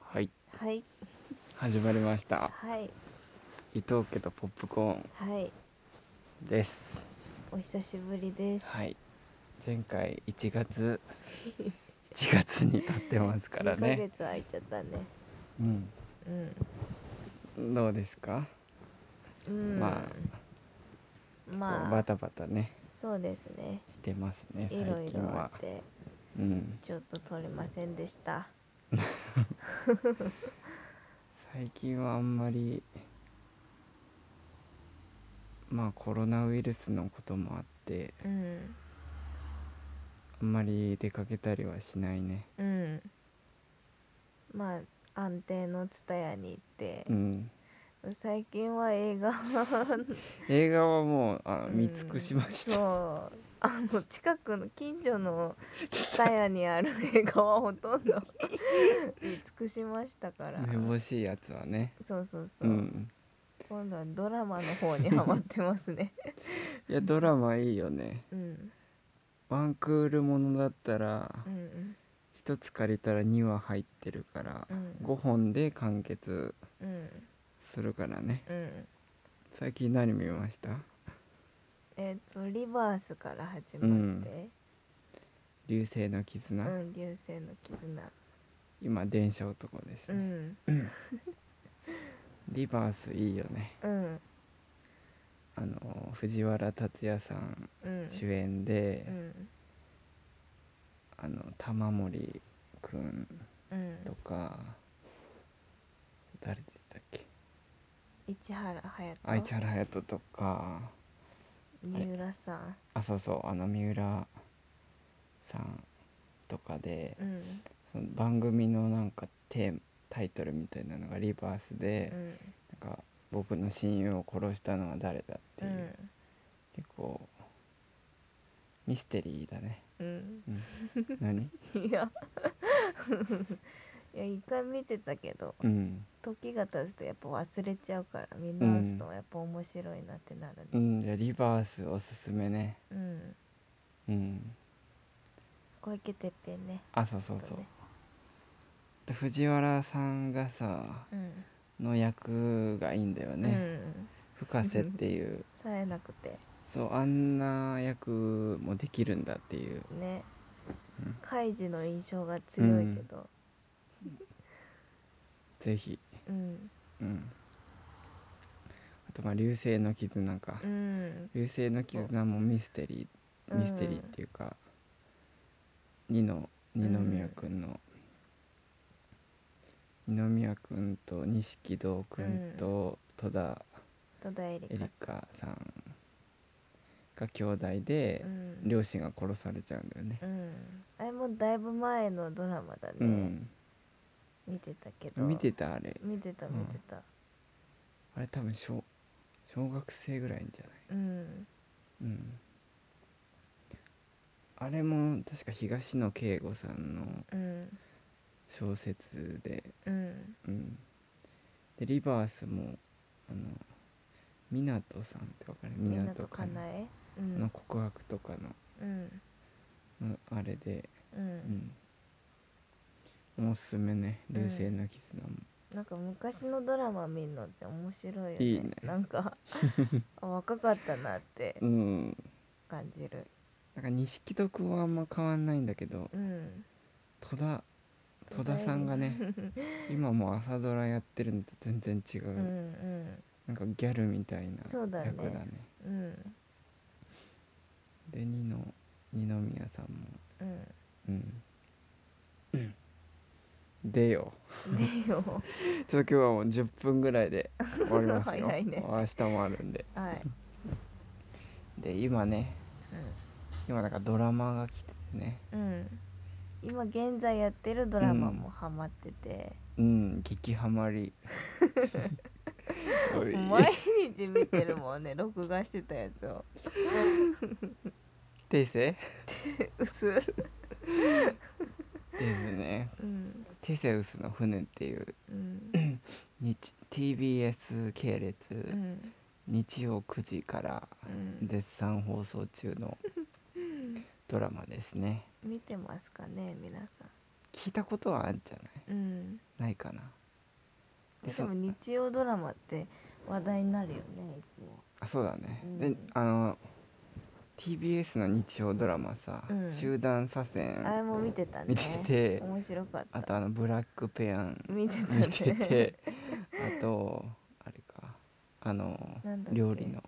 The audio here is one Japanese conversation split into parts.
はいはい始まりましたはい伊藤家とポップコーンはいですお久しぶりですはい前回1月 1月に撮ってますから2ヶね月空いちゃったねうんうんどうですか、うんまあこうまバあタバタねそうですねしてますねいろ最い近ろあはってうんちょっと取れませんでした最近はあんまりまあコロナウイルスのこともあってうんあんまり出かけたりはしないねうんまあ安定の蔦屋に行ってう、ん最近は映画映画はもうあうん見尽くしました、そうあの近くの近所の蔦屋にある映画はほとん ど見尽くしましたからめぼしいやつはねそうそうそうう、ん今度はドラマの方にハマってますねいやドラマいいよね うんワンクールものだったらうん1つ借りたら2話入ってるからうん5本で完結うんうんするからねうん最近何見ましたえっ、とリバースから始うまっんて流星のう絆、ん、流星の絆今電車男ですうね、んリバースいいよねうんあの藤原竜也さんうん主演で、うんあの玉森くんうんとか誰でしたっけ市原隼人愛知原隼人とか三浦さんあそうそうあの三浦さんとかで、うんその番組のなんかテーマタイトルみたいなのがリバースでう、んなんか僕の親友を殺したのは誰だってういう、ん結構ミステリーだね、うんうん、何 いやいや一回見てたけどうん、時が経つとやっぱ忘れちゃうから見直すとやっぱ面白いなってなるねうん、じゃあリバースおすすめねうんうん小池徹平ねあそうそうそそううねで藤原さんがさうんの役がいいんだようね、ん深瀬っていう冴えなくてそうあんな役もできるんだっていうねうんカイジの印象が強いけどぜひうんうんあとまあ流星の絆か、うん流星の絆もミステリーミステリーっていうか、二の二宮君の、二宮君と錦戸君と戸田戸田恵梨恵香梨香さんが兄弟でう、ん両親が殺されちゃうんだよねう。んあれもだいぶ前のドラマだうねん、見てたけど見てたあれ見てたうん見てたあれ多分小小学生ぐらいんじゃないうんうんあれも確か東野圭吾さんのうん小説でうんうん、でリバースもあの湊さんってわかる湊湊かかななえうのん告白とかの、うんうんあれで、ううんん、おすすめね「うん流星の絆も」なんか昔のドラマ見るのって面白いよねいいねなん かあ若かったなってうん、感じるなんか錦戸君はあんま変わんないんだけどうん戸田戸田さんがね今もう朝ドラやってるのと全然違う、うんうんなんかギャルみたいなそう役だだねねうんで二の二宮さんもうんうんうんでよねよ ちょっと今日はもう10分ぐらいで終わりますよ 早いね明日もあるんではいで今ね今なんかドラマが来ててねうん、うん、今現在やってるドラマもハマってて、うん激ハマ り おい毎日見てるもんね録画してたやつを訂正薄っですねうんテセウスの船っていううん日 TBS 系列、うん日曜9時からうん絶賛放 送中のドラマですね見てますかね皆さん聞いたことはあるんじゃないうんないかなででそも日曜ドラマって話題になるよねいつもあそうだね、うでんあの TBS の日曜ドラマさ「うん集団左遷あれも見てたね見てて面白かっ」たあとあの「ブラックペアン見て」たね見ててあとあれかあのなんだっけ料理の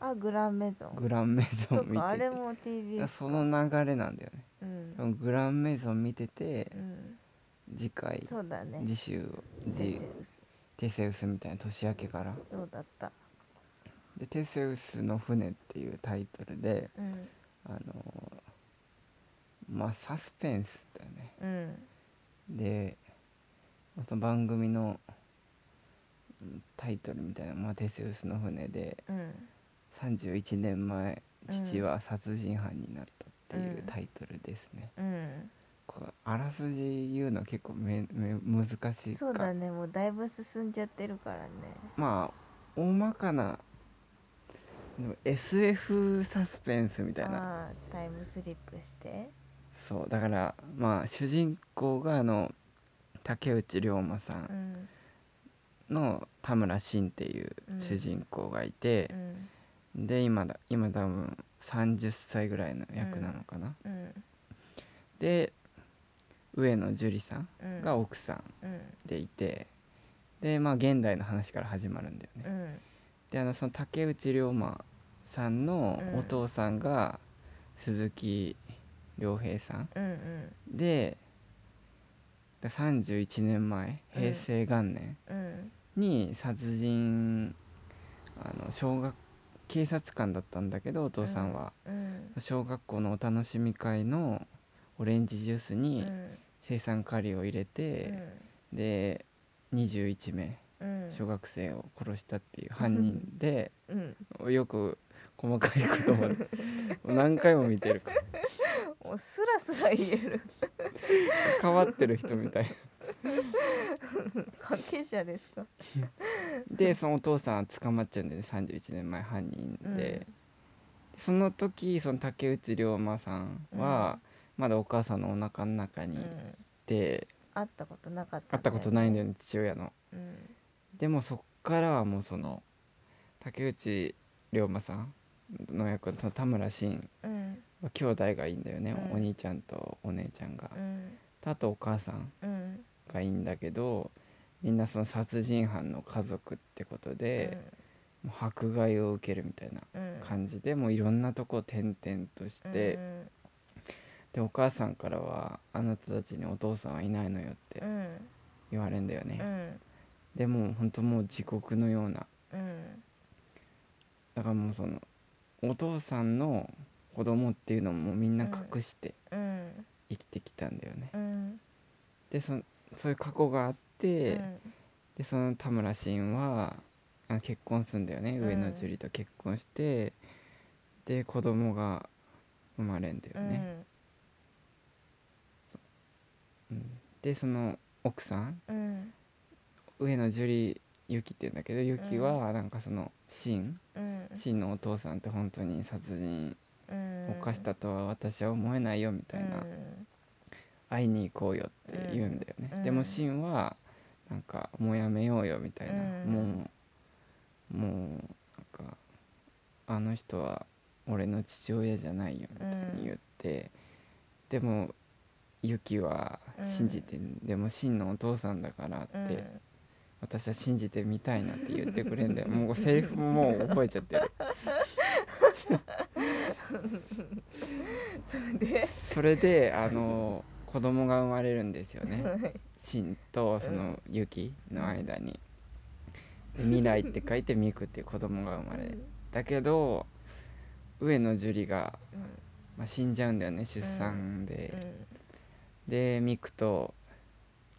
あグランメゾングランメゾそンう見かあててれも TBS だその流れなんだよねうんでもグランメゾン見ててうん次回そうだね次週次テセウステセウスみたいな年明けからそうだったで「テセウスの船」っていうタイトルでうんあのまあサスペンスだよねうんでまあその番組のうんタイトルみたいな「まあ、テセウスの船」でうん31年前うん父は殺人犯になったっていううんタイトルですね、うんこうあらすじ言うの結構めめ難しいかそうだねもうだいぶ進んじゃってるからねまあ大まかなでも SF サスペンスみたいなあータイムスリップしてそうだからまあ主人公があの竹内涼真さうんんの田村真っていう主人公がいてう、んで今だ今多分30歳ぐらいの役なのかな、うんで上野樹里さんうんが奥さんうんでいて、でまあ現代の話から始まるんだよね、うんであのその竹内涼真さんのうんお父さんが鈴木亮平さんうんうんでだ31年前うん平成元年うんに殺人あの小学警察官だったんだけどお父さんは、うん小学校のお楽しみ会のオレンジジュースうにん青酸カリを入れて、で21名うんうん小学生を殺したっていう犯人で。うんよく細かいことまで何回も見てるからもうスラスラ言える関わってる人みたい関係者ですかでそのお父さんは捕まっちゃうんで、ね、31年前犯人で、でその時その竹内涼真さんは、まだお母さんのお腹の中うにいんて、会ったことなかった、ね、会ったことないんだよね父親のうんでもそっからはもうその竹内涼真さんの役のその田村真うんは兄弟がいいんだよね、うおん兄ちゃんとお姉ちゃんが、うんあとお母さんうんがいいんだけどみんなその殺人犯の家族ってことで、もう迫害を受けるみたいなうんうん感じで、もういろんなとこを転々として、でお母さんからは「あなたたちにお父さんはいないのよ」っうてん言われるんだようね、んでもうほんともう地獄のようなうんだからもうそのお父さんの子供っていうのもみんな隠してうん生きてきたんだよね、うんでそそういう過去があって、でその田村真はあ結婚するんだよねうん上野樹里と結婚して、で子供が生まれんだようんね、うんでその奥さんうん上野樹里ゆきって言うんだけどゆきはなんかその真うん真のお父さんって本当に殺人うん犯したとは私は思えないよみたいな、うん会いに行こうよって言うんだよね、うんでも真はなんかもうやめようよみたいな、うんもうもうなんかあの人は俺の父親じゃないよみたいに言って、でもユキは信じて、でも真のお父さんだからって、うん私は信じてみたいなって言ってくれ んだよもうセリフももう覚えちゃってるそれでそれであの子供が生まれるんですよねはいシンとそのユキの間に、で未来って書いてミクっていう子供が生まれる、だけど上野樹里が、うんまあ、死んじゃうんだよね出産で、でミクと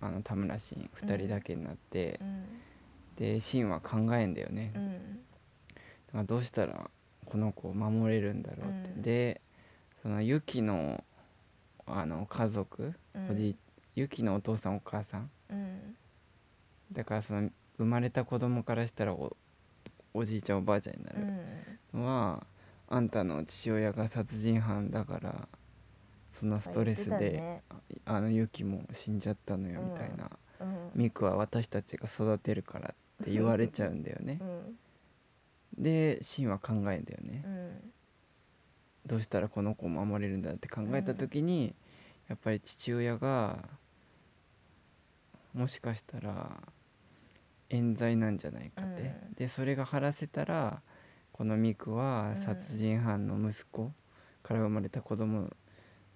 あの田村シン2人だけになってう、んでシンは考えんだよね、うだんからどうしたらこの子を守れるんだろうって、うんでそのユキのあの家族、うんおじいユキのお父さんお母さんうんだからその生まれた子供からしたらおおじいちゃんおばあちゃんになうるんのは、あんたの父親が殺人犯だからそのストレスあ言ってで、たねあのユキも死んじゃったのよみたいな、うんミクは私たちが育てるからって言われちゃうんだよねうんでシンは考えんだよね、うんどうしたらこの子を守れるんだって考えた時に、やっぱり父親がもしかしたら冤罪なんじゃないかって、うんでそれが晴らせたらこのミクはうん殺人犯の息子から生まれた子供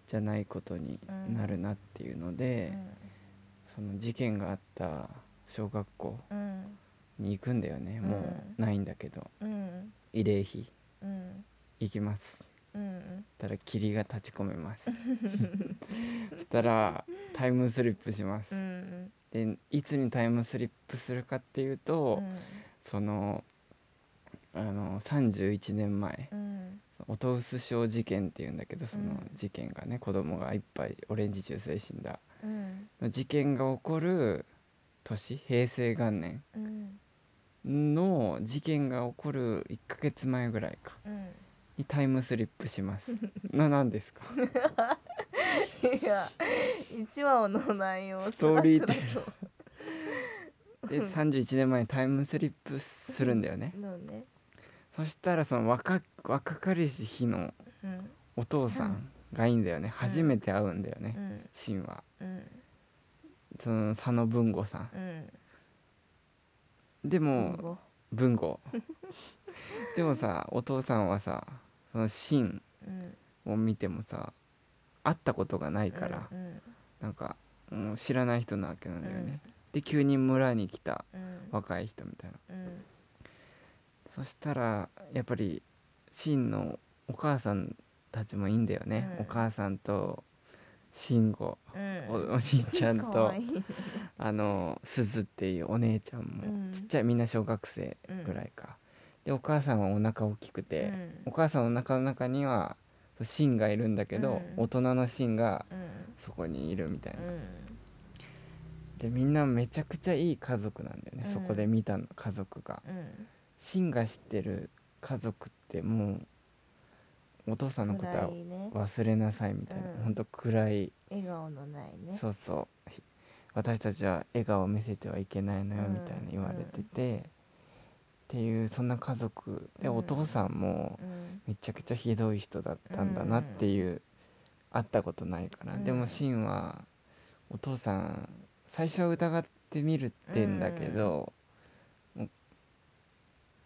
じゃないことになるなっていうので、その事件があった小学校うんに行くんだよね、もうないんだけどうん慰霊碑うん行きますうんったら霧が立ち込めますそしたらタイムスリップします、うんでいつにタイムスリップするかっていうと、うんそのあの31年前うん音薄症事件っていうんだけどそのうん事件がね子供が一杯オレンジジュースで死んだうんの事件が起こる年平成元年うんの事件が起こる1ヶ月前ぐらいかうんにタイムスリップしますな何ですかいや一話の内容ストーリーさらさらとで31年前にタイムスリップするんだよねそうねそしたらその若若かりし日のうんお父さんがいいんだよね、初めて会うんだよね、うんシンはうんその佐野文吾さんうんでも文吾でもさお父さんはさそのシンうんを見てもさ会ったことがないから、うんなんかもう知らない人なわけなんだよね、で急に村に来たうん若い人みたいなうんそしたらやっぱりシンのお母さんたちもいいんだよね、うおん母さんとシンゴ、うんお お兄ちゃんかとわいいあのすずっていうお姉ちゃんも、うんちっちゃいみんな小学生ぐらいか、でお母さんはお腹大きくて、うんお母さんのお腹の中にはシンがいるんだけど、うん大人のシンがうんそこにいるみたいな、うんでみんなめちゃくちゃいい家族なんだよね、うんそこで見たの家族が、うんシンが知ってる家族ってもうお父さんのことは暗いね忘れなさいみたいな、うんほんと暗い、笑顔のないねそうそうひ私たちは笑顔を見せてはいけないのようんみたいな言われてて、っていうそんな家族で、うんお父さんもうんめちゃくちゃひどい人だったんだなっていう、会ったことないから、でうもんシンはお父さん最初は疑ってみるってんだけど、もう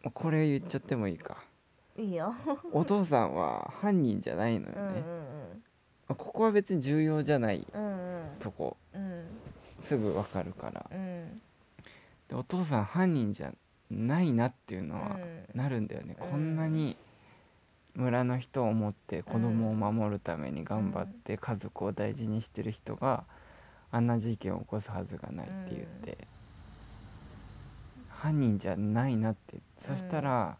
もうこれ言っちゃってもいいかいいよお父さんは犯人じゃないのよねう、んまあここは別に重要じゃないうんうんとこうんすぐわかるからうんでお父さん犯人じゃないなっていうのはうんなるんだよね、うんこんなに村の人を思って子供を守るために頑張って家族を大事にしてる人があんな事件を起こすはずがないって言って、犯人じゃないなってそしたら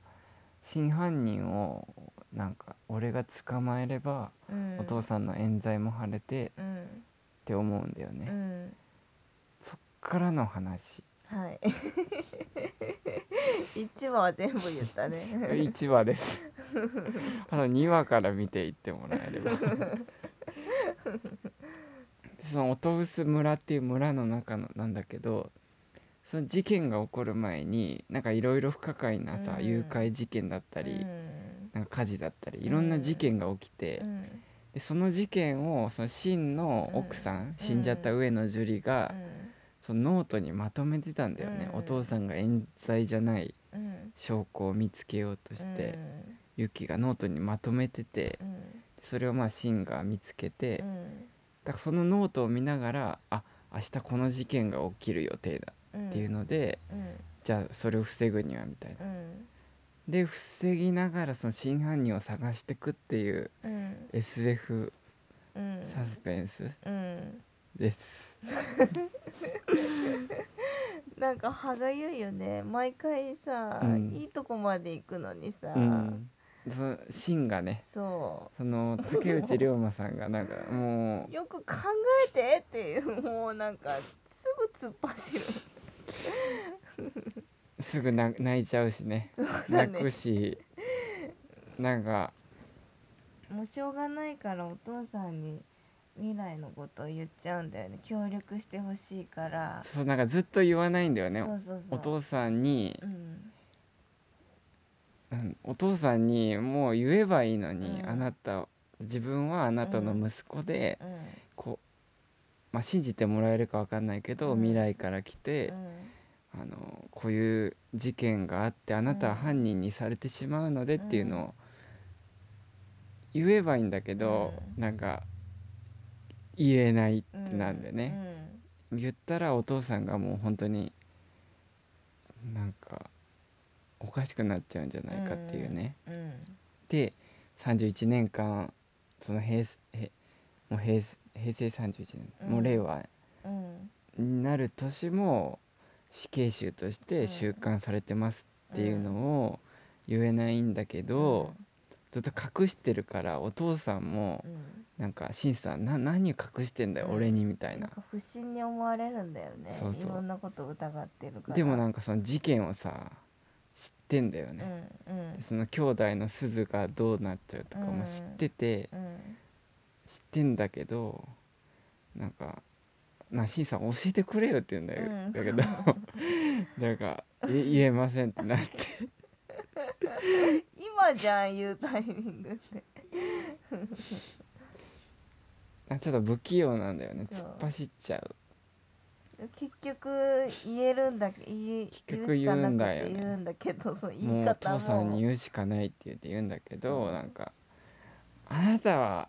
真犯人をなんか俺が捕まえればうんお父さんの冤罪も晴れてっうんて思うんだよね、うんそっからの話はい一話は全部言ったね1話ですあの2話から見ていってもらえればその音薄村っていう村の中のなんだけどその事件が起こる前になんかいろいろ不可解なさ、うん誘拐事件だったり、うんなんか火事だったりいろんな事件が起きて、うんでその事件をその真の奥さん、死んじゃった上野樹里が、そのノートにまとめてたんだよね、うんお父さんが冤罪じゃないうんうん証拠を見つけようとして、ユキがノートにまとめててうんそれをまあシンが見つけて、だうんからそのノートを見ながらあ明日この事件が起きる予定だうんっていうので、うんじゃあそれを防ぐにはみたいなうんで防ぎながらその真犯人を探してくっていううん SF うんサスペンスうんです、なんか歯がゆいよね毎回さ、うんいいとこまで行くのにさ、うん、そのシンがねそその竹内涼真さんがなんかもうよく考えてっていうもうなんかすぐ突っ走るうすぐな泣いちゃうしねだ泣ねくしなんかもうしょうがないからお父さんに未来のことを言っちゃうんだよね協力してほしいからそうなんかずっと言わないんだよねそうそうそおう父さんにう、んうんお父さんにもう言えばいいのに、うんあなた自分はあなたの息子で、うんこう、まあ、信じてもらえるかわかんないけど、うん未来から来てう、んあのこういう事件があってあなたは犯人にされてしまうのでっていうのを言えばいいんだけど、うんなんか言えないってなんででね、言ったらお父さんがもう本当になんかおかしくなっちゃうんじゃないかっていうね。うんで31年間その平へもう平平成31年、うんもう令和うんになる年も死刑囚としうてん収監されてますっていうのを言えないんだけど、ずっと隠してるからお父さんもうんうんなんか「シンさんな何隠してんだよ、うん俺に」みたいな。なんか不審に思われるんだよねそうそういろんなことを疑ってるからでもなんんかその事件をさ知ってんだよね。うんうんでその兄弟の鈴がどうなっちゃうとかも知ってて、うん知ってんだけどなんか「なしんさん教えてくれよ」って言うんだよ、うんだけ どなんか言言えませんってなって今じゃん言うタイミングってあちょっと不器用なんだよねそう突っ走っちゃう結局言えるんだけ言い結局言うんだよね言うしかなくて言うんだけどその言もいうお方も父さんに言うしかないって言って言うんだけど、うんなんか「あなたは